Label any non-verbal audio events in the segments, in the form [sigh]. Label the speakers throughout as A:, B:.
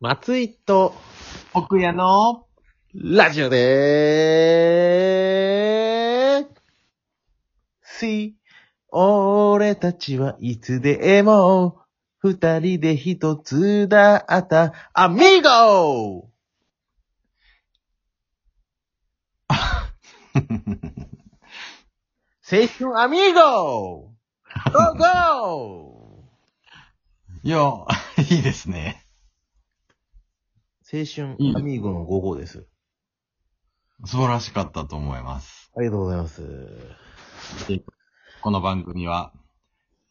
A: 松井と
B: 奥屋の、
A: ラジオでーす。し、俺たちはいつでも、二人で一つだった、アミーゴ青春アミーゴゴーゴー
B: [laughs] いや、いいですね。
A: 青春アミーゴの5号です。
B: 素晴らしかったと思います。
A: ありがとうございます。
B: この番組は、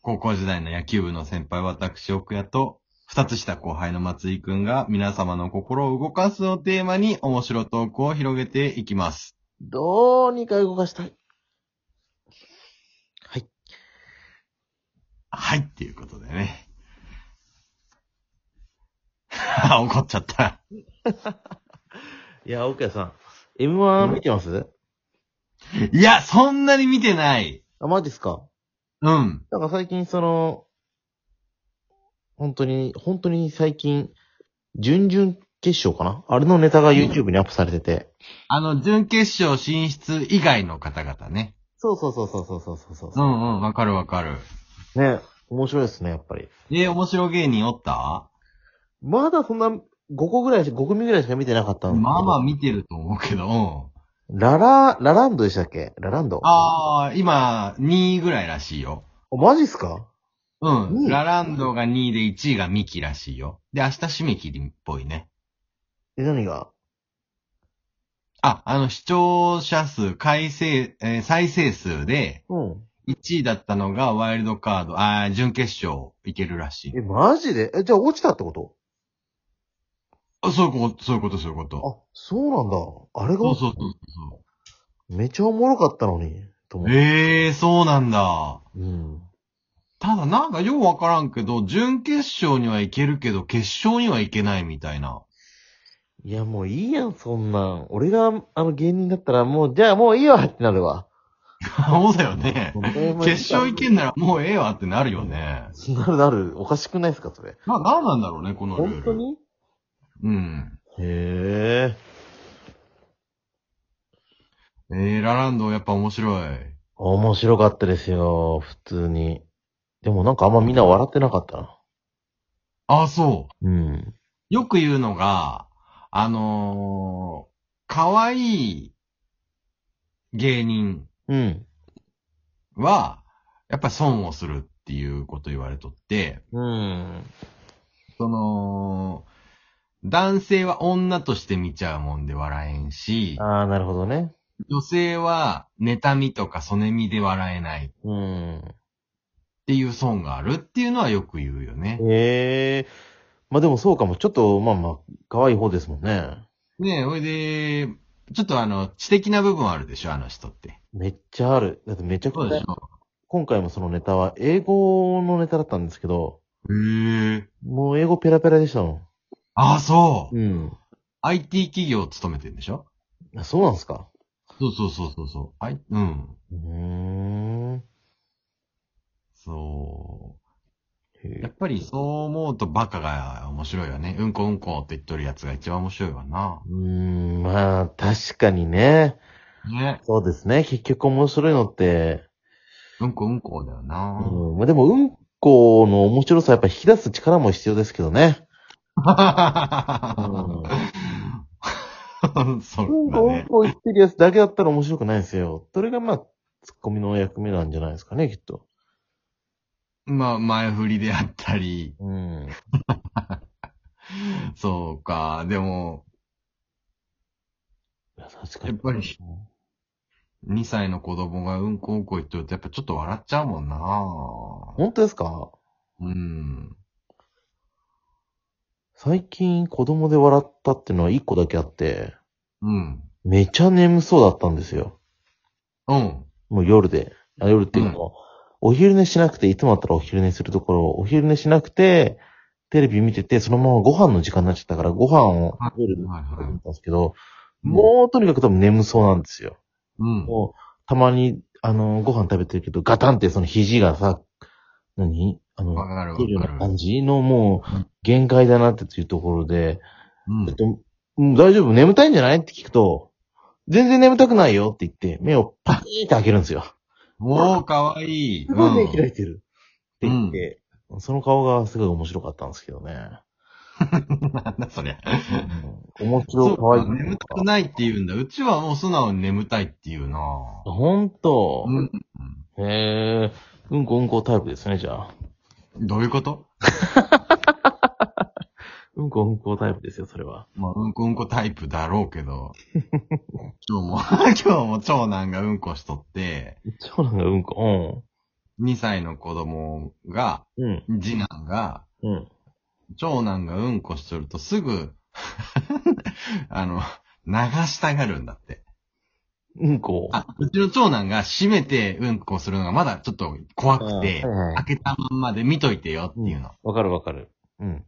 B: 高校時代の野球部の先輩私奥屋と、二つ下後輩の松井くんが皆様の心を動かすをテーマに面白トークを広げていきます。
A: どうにか動かしたい。はい。
B: はい、っていうことでね。 [laughs] あ怒っちゃった。
A: いや、奥谷さん、M1 見てます、
B: いや、そんなに見てない。
A: あ、マジっすか
B: うん。
A: なんか最近その、本当に、本当に最近、準々決勝かなあれのネタが YouTube にアップされてて。
B: あの、準決勝進出以外の方々ね。
A: そうそうそうそうそうそうそう
B: うんうん、わかるわかる。
A: ね、面白いですね、やっぱり。
B: え、面白芸人おった
A: まだそんな、5個ぐらいし、5組ぐらいしか見てなかったんですけど
B: まあまあ見てると思うけど、うん。
A: ララ、ラランドでしたっけラランド。
B: ああ、今、2位ぐらいらしいよ。
A: あ。マジっすか
B: うん。
A: うん
B: ラランドが2位で1位がミキらしいよ。で、明日締め切りっぽいね。
A: え、何が
B: あ、あの、視聴者数、回生、えー再生数で、
A: うん。
B: 1位だったのがワイルドカード、あー準決勝いけるらしい
A: え、。マジでえ、じゃあ落ちたってこと
B: あそういうこと、そういうこと、そういうこと。
A: あ、そうなんだ。あれが
B: そうそうそうそ
A: めちゃおもろかったのに、と思っ
B: う。
A: て。
B: ええー、そうなんだ。
A: うん。
B: ただなんかようわからんけど、準決勝にはいけるけど、決勝にはいけないみたいな。
A: いや、もういいやん、そんなん。俺が、あの、芸人だったら、もう、じゃあもういいわってなるわ。
B: そうだよ [laughs] ね。決
A: 決
B: 勝行けんならもうええわってなるよね。
A: なるなる。おかしくないですか、それ。
B: な、なんなんだろうね、このルール。
A: 本当に
B: うん。
A: へえ。
B: えー、ラランドやっぱ面白い。
A: 面白かったですよ、普通に。でもなんかあんまみんな笑ってなかったな。
B: あ、そう。
A: うん。
B: よく言うのが、あのー、可愛い芸人
A: うん。
B: は、やっぱ損をするっていうこと言われとって、
A: うん。
B: その、男性は女として見ちゃうもんで笑えんし、
A: ああ、なるほどね。
B: 女性は妬みとかそねみで笑えないっ
A: うん。
B: ていう損があるっていうのはよく言うよね。
A: へえ。まあでもそうかも。ちょっと、まあまあ、可愛い方ですもんね。
B: ねえ、ほいで、ちょっとあの、知的な部分あるでしょ、あの人って。
A: めっちゃある。だってめちゃく
B: そう
A: ち
B: で
A: ゃ
B: し、ょ。
A: 今回もそのネタは英語のネタだったんですけど、
B: へえ。
A: もう英語ペラペラでしたもん。
B: ああ、そう。
A: うん。
B: IT 企業を勤めてんでしょ
A: あそうなんですか
B: そうそうそうそうそう。あい、うん。
A: うーん。
B: そう。
A: へ
B: やっ
A: え
B: ぱりそう思うとバカが面白いよね。うんこうんこって言っとるやつが一番面白いわな。
A: うーん、まあ、確かにね。
B: ね。
A: そうですね。結局面白いのって、
B: うんこうんこだよ
A: う
B: な。
A: ん。まあでも、うんこの面白さやっぱ引き出す力も必要ですけどね。
B: [laughs] そううんだ
A: こ、うん
B: ね。
A: こ言ってるやつだけだったら面白くないですよ。それがまあ、ツッコミの役目なんじゃないですかね、きっと。
B: まあ、前振りであったり、
A: うん。
B: そうか。でも、
A: いや確かに。
B: やっぱり2歳の子供がうんこうんこ言ってると、やっぱちょっと笑っちゃうもんな。
A: 本当ですか
B: うん。
A: 最近子供で笑ったっていうのは一個だけあって、
B: うん。
A: めちゃ眠そうだったんですよ。
B: うん。
A: もう夜で。あ夜っていうのは、お昼寝しなくて、いつもだったらお昼寝するところを、お昼寝しなくて、テレビ見てて、そのままご飯の時間になっちゃったから、ご飯を
B: はい
A: 食べるん
B: はいはい
A: ですけど、もうとにかく多分眠そうなんですよ。
B: うん。
A: もう、たまに、あの、ご飯食べてるけど、ガタンってその肘がさ、何あの、
B: わかるわ
A: 出るよう
B: か
A: な
B: る。
A: 感じのも
B: う
A: う、限界だなっていうところで、
B: うん
A: ちょっ。と、うん大丈夫眠たいんじゃないって聞くと、全然眠たくないよって言って、目をパキーって開けるんですよ。
B: おー、かわいい。
A: すごい目
B: うん
A: 開いてる。って言って、その顔がすごい面白かったんですけどね。
B: なんだそりゃ。
A: うん面
B: そ
A: 白
B: う
A: かわいい
B: か、。眠たくないって言うんだ。うちはもう素直に眠たいって言うなぁ。
A: ほんと
B: う。ん。
A: へえ、うんこうんこタイプですね、じゃあ。
B: どういうこと
A: うんこうんこタイプですよ、それは。
B: まあ、うんこうんこタイプだろうけど。今日も、今日も長男がうんこしとって、
A: 長男がうんこ。
B: 2歳の子供が、
A: うん。うん。
B: 次男が、
A: うん。
B: 長男がうんこしとるとすぐ、 [laughs] あの、流したがるんだって。
A: うんこ。
B: あ、うちの長男が閉めてうんこするのがまだちょっと怖
A: うん、
B: くて
A: はい、はい
B: 開けたまんまで見といてよっていうの。
A: わかるわかる。うん。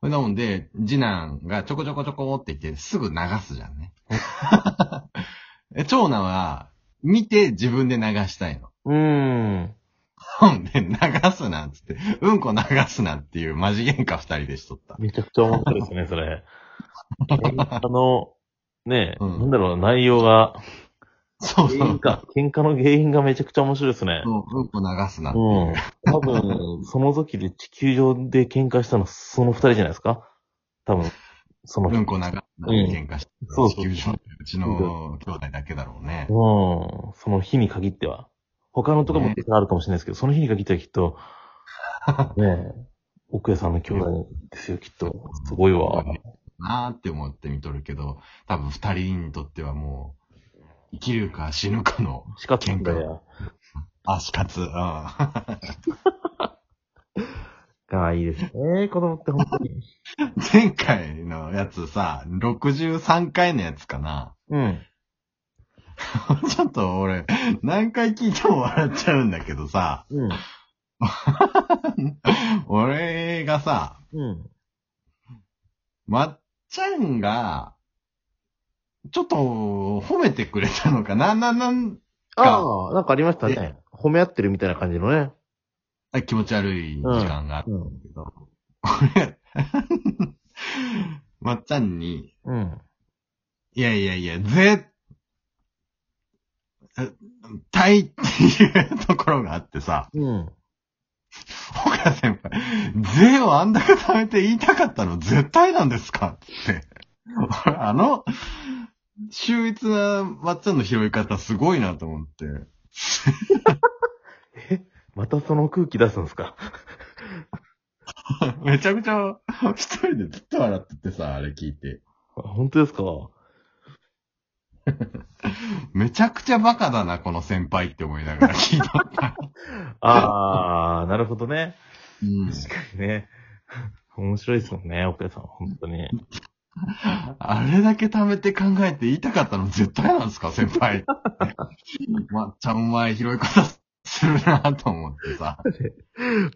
B: それなもんで、次男がちょこちょこちょこって言ってすぐ流すじゃんね。 [laughs] え長男は見て自分で流したいの。
A: うーん。
B: ほんで、流すなっつって、うんこ流すなっていうマジ喧嘩二人でしとった。
A: めちゃくちゃ面白いですね、そ
B: [laughs]
A: れ。あの、ねえ、
B: うん
A: なんだろう、内容が、
B: そうそ
A: 原因
B: う。
A: か、喧嘩の原因がめちゃくちゃ面白いですね。
B: そううんこ流すなって
A: う
B: い
A: ん
B: う。。
A: 多分、その時で地球上で喧嘩したのはその二人じゃないですか多分、その
B: う
A: 人。
B: んこ流すなって喧嘩して、
A: そう
B: 地球上でうちの兄弟だけだろうね。
A: うん。その日に限っては。他のとこもあるかもしれないですけど、その日に限ってはきっ
B: [laughs]
A: と、ねえ、奥江さんの兄弟ですよ、きっと。すごいわ。
B: なーって思って見とるけど、多分二人にとってはもう、生きるか死ぬかの、
A: しかったんだよ。
B: あ、死活。うん。 [laughs]
A: がいいですね。子供って本当に。
B: 前回のやつさ、63回のやつかな。 [laughs]
A: うん。
B: ちょっと俺、何回聞いても笑っちゃうんだけどさ、
A: うん。
B: 俺がさ、
A: うん。
B: まっちゃんが、ちょっと褒めてくれたのかな、なんなん、
A: ああ、なんかありましたね。褒め合ってるみたいな感じのね。
B: あ気持ち悪い時間があった
A: うん。
B: けど、俺、 [laughs] まっちゃんに、
A: うん。
B: いやいやいや、絶対っていうところがあってさ、
A: うん。
B: 岡先輩、税をあんだけ貯めて言いたかったの絶対なんですかって。 [laughs] 俺あの、秀逸なまっちゃんの拾い方すごいなと思って。 [laughs]
A: またその空気出すんですか
B: めちゃくちゃ一人でずっと笑っててさ、あれ聞いて。
A: あ [laughs] 本当ですか
B: めちゃくちゃバカだな、この先輩って思いながら聞いた。
A: ああ、 [laughs] なるほどね。
B: うん
A: 確かにね。 [laughs] 面白いですもんね、奥田さん。本当に。
B: [laughs] あれだけ貯めて考えて言いたかったの絶対なんですか、先輩。 [laughs] まっちゃんお前拾い方するなと思ってさ。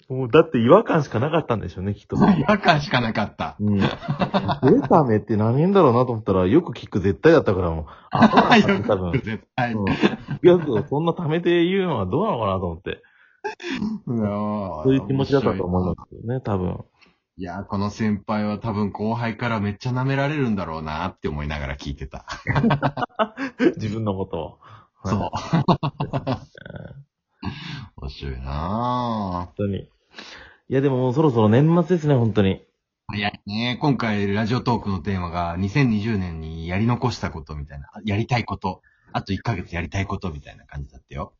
A: もう、だって違和感しかなかったんでしょうね、きっと。
B: 違和感しかなかった。
A: うん。データメって何言だろうなと思ったら、よく聞く絶対だったから [laughs] もう。あ、
B: よ
A: 多分。う
B: く
A: ん
B: 絶対。
A: いや、そんな貯めて言うのはどうなのかなと思って。
B: そ
A: そういう気持ちだったと思いますけどね、多分。
B: いやー、この先輩は多分後輩からめっちゃ舐められるんだろうなって思いながら聞いてた。
A: 自分のことを。
B: そう [laughs]
A: 本。
B: 面白いな
A: 当に。いや、でももうそろそろ年末ですね、本当に。
B: ぁ。いや、ね今回ラジオトークのテーマが2020年にやり残したことみたいな、やりたいこと、あと1ヶ月やりたいことみたいな感じだったよ。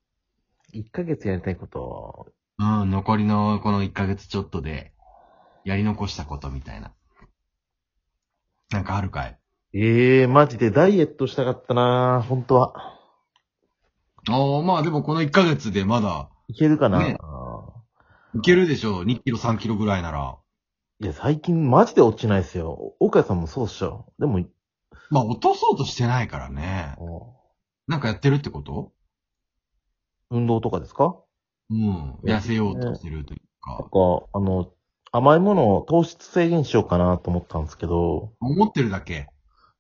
A: 1ヶ月やりたいこと。
B: うん、残りのこの1ヶ月ちょっとで、やり残したことみたいな。なんかあるかい
A: ええマジでダイエットしたかったな本当は。
B: ああ、まあでもこの1ヶ月でまだ、
A: いけるかな、
B: ねいけるでしょう。2キロ、3キロぐらいなら。
A: いや、最近マジで落ちないですよ。岡谷さんもそうっしょ。でも、
B: まあ、落とそうとしてないからね。なんかやってるってこと
A: 運動とかですか
B: うん。
A: ね
B: 痩せようとしてるという
A: なん
B: か。
A: か、あの、甘いものを糖質制限しようかなと思ったんですけど、
B: 思ってるだけ。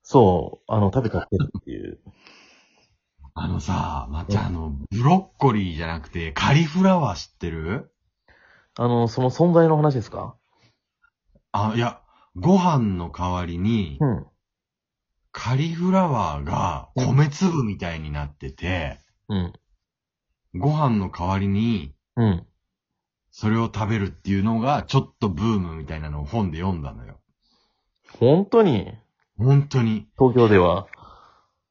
A: そう、あの、食べちゃってるって [laughs] いう。
B: あのさ、まっちゃん、あの、ブロッコリーじゃなくて、カリフラワー知ってる
A: あの、その存在の話ですか
B: あ、いや、ご飯の代わりに、
A: うん。
B: カリフラワーが米粒みたいになってて、
A: うん。
B: ご飯の代わりに、
A: うん。
B: それを食べるっていうのが、ちょっとブームみたいなのを本で読んだのよ。
A: 本当に
B: 本当に。
A: 東京では。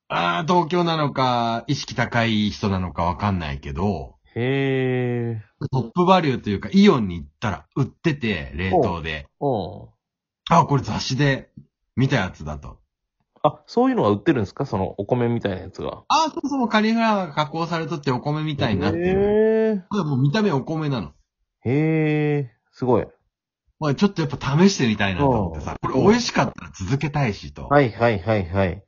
B: ああ、東京なのか、意識高い人なのかわかんないけど、
A: へえ。
B: トップバリューというか、イオンに行ったら売ってて、冷凍で。
A: うん。
B: あ、これ雑誌で見たやつだと。
A: あ、そういうのが売ってるんですかそのお米みたいなやつが。
B: あー、そもそもカリフラワーが加工されとってお米みたいになってる。
A: る。
B: これもう見た目お米なの。
A: へえ。すごい。
B: まあちょっとやっぱ試してみたいなと思ってさ、これ美味しかったら続けたいしと。
A: はいはいはいはい。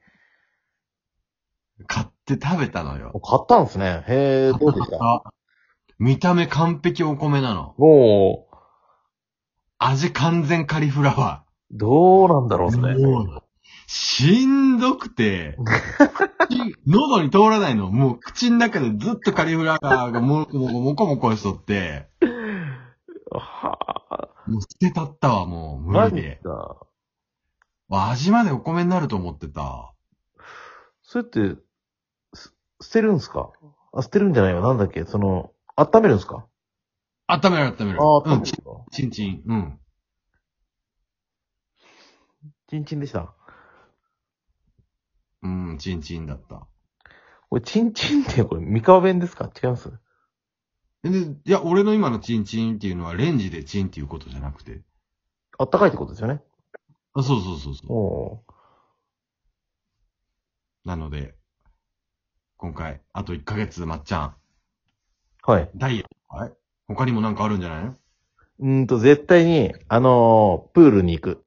B: 買って食べたのよ。
A: 買ったんですね。へえ、どうでした
B: あ見た目完璧お米なの。
A: [laughs] もう、
B: 味完全カリフラワ
A: どうなんだろう
B: ー。
A: それ。
B: もうしんどくて、口喉に通らないの。もう口の中でずっとカリフラワーがもこもこもこもこしとって、
A: はあ。
B: もう捨てたったわ、もう無
A: マ
B: 理
A: ジ
B: で。
A: か。
B: 味までお米になると思ってた。
A: それって、す捨てるんすかあ、捨てるんじゃないよ。なんだっけその、温めるんすか
B: 温める温める。
A: ああ、温
B: うん
A: めるん、すか。
B: ちんちん。うん。
A: チンチンでした。
B: うん、ちんちんだった。
A: これ、チンチンって、これ、三河弁ですか違います
B: で、いや、俺の今のチンチンっていうのはレンジでチンっていうことじゃなくて。
A: あったかいってことですよね。
B: あそうそうそうそ
A: おう
B: う。なので、今回、あと1ヶ月、まっちゃん。
A: はい。
B: ダイエット。はい他にもなんかあるんじゃないの
A: うんと、絶対に、あのープールに行く。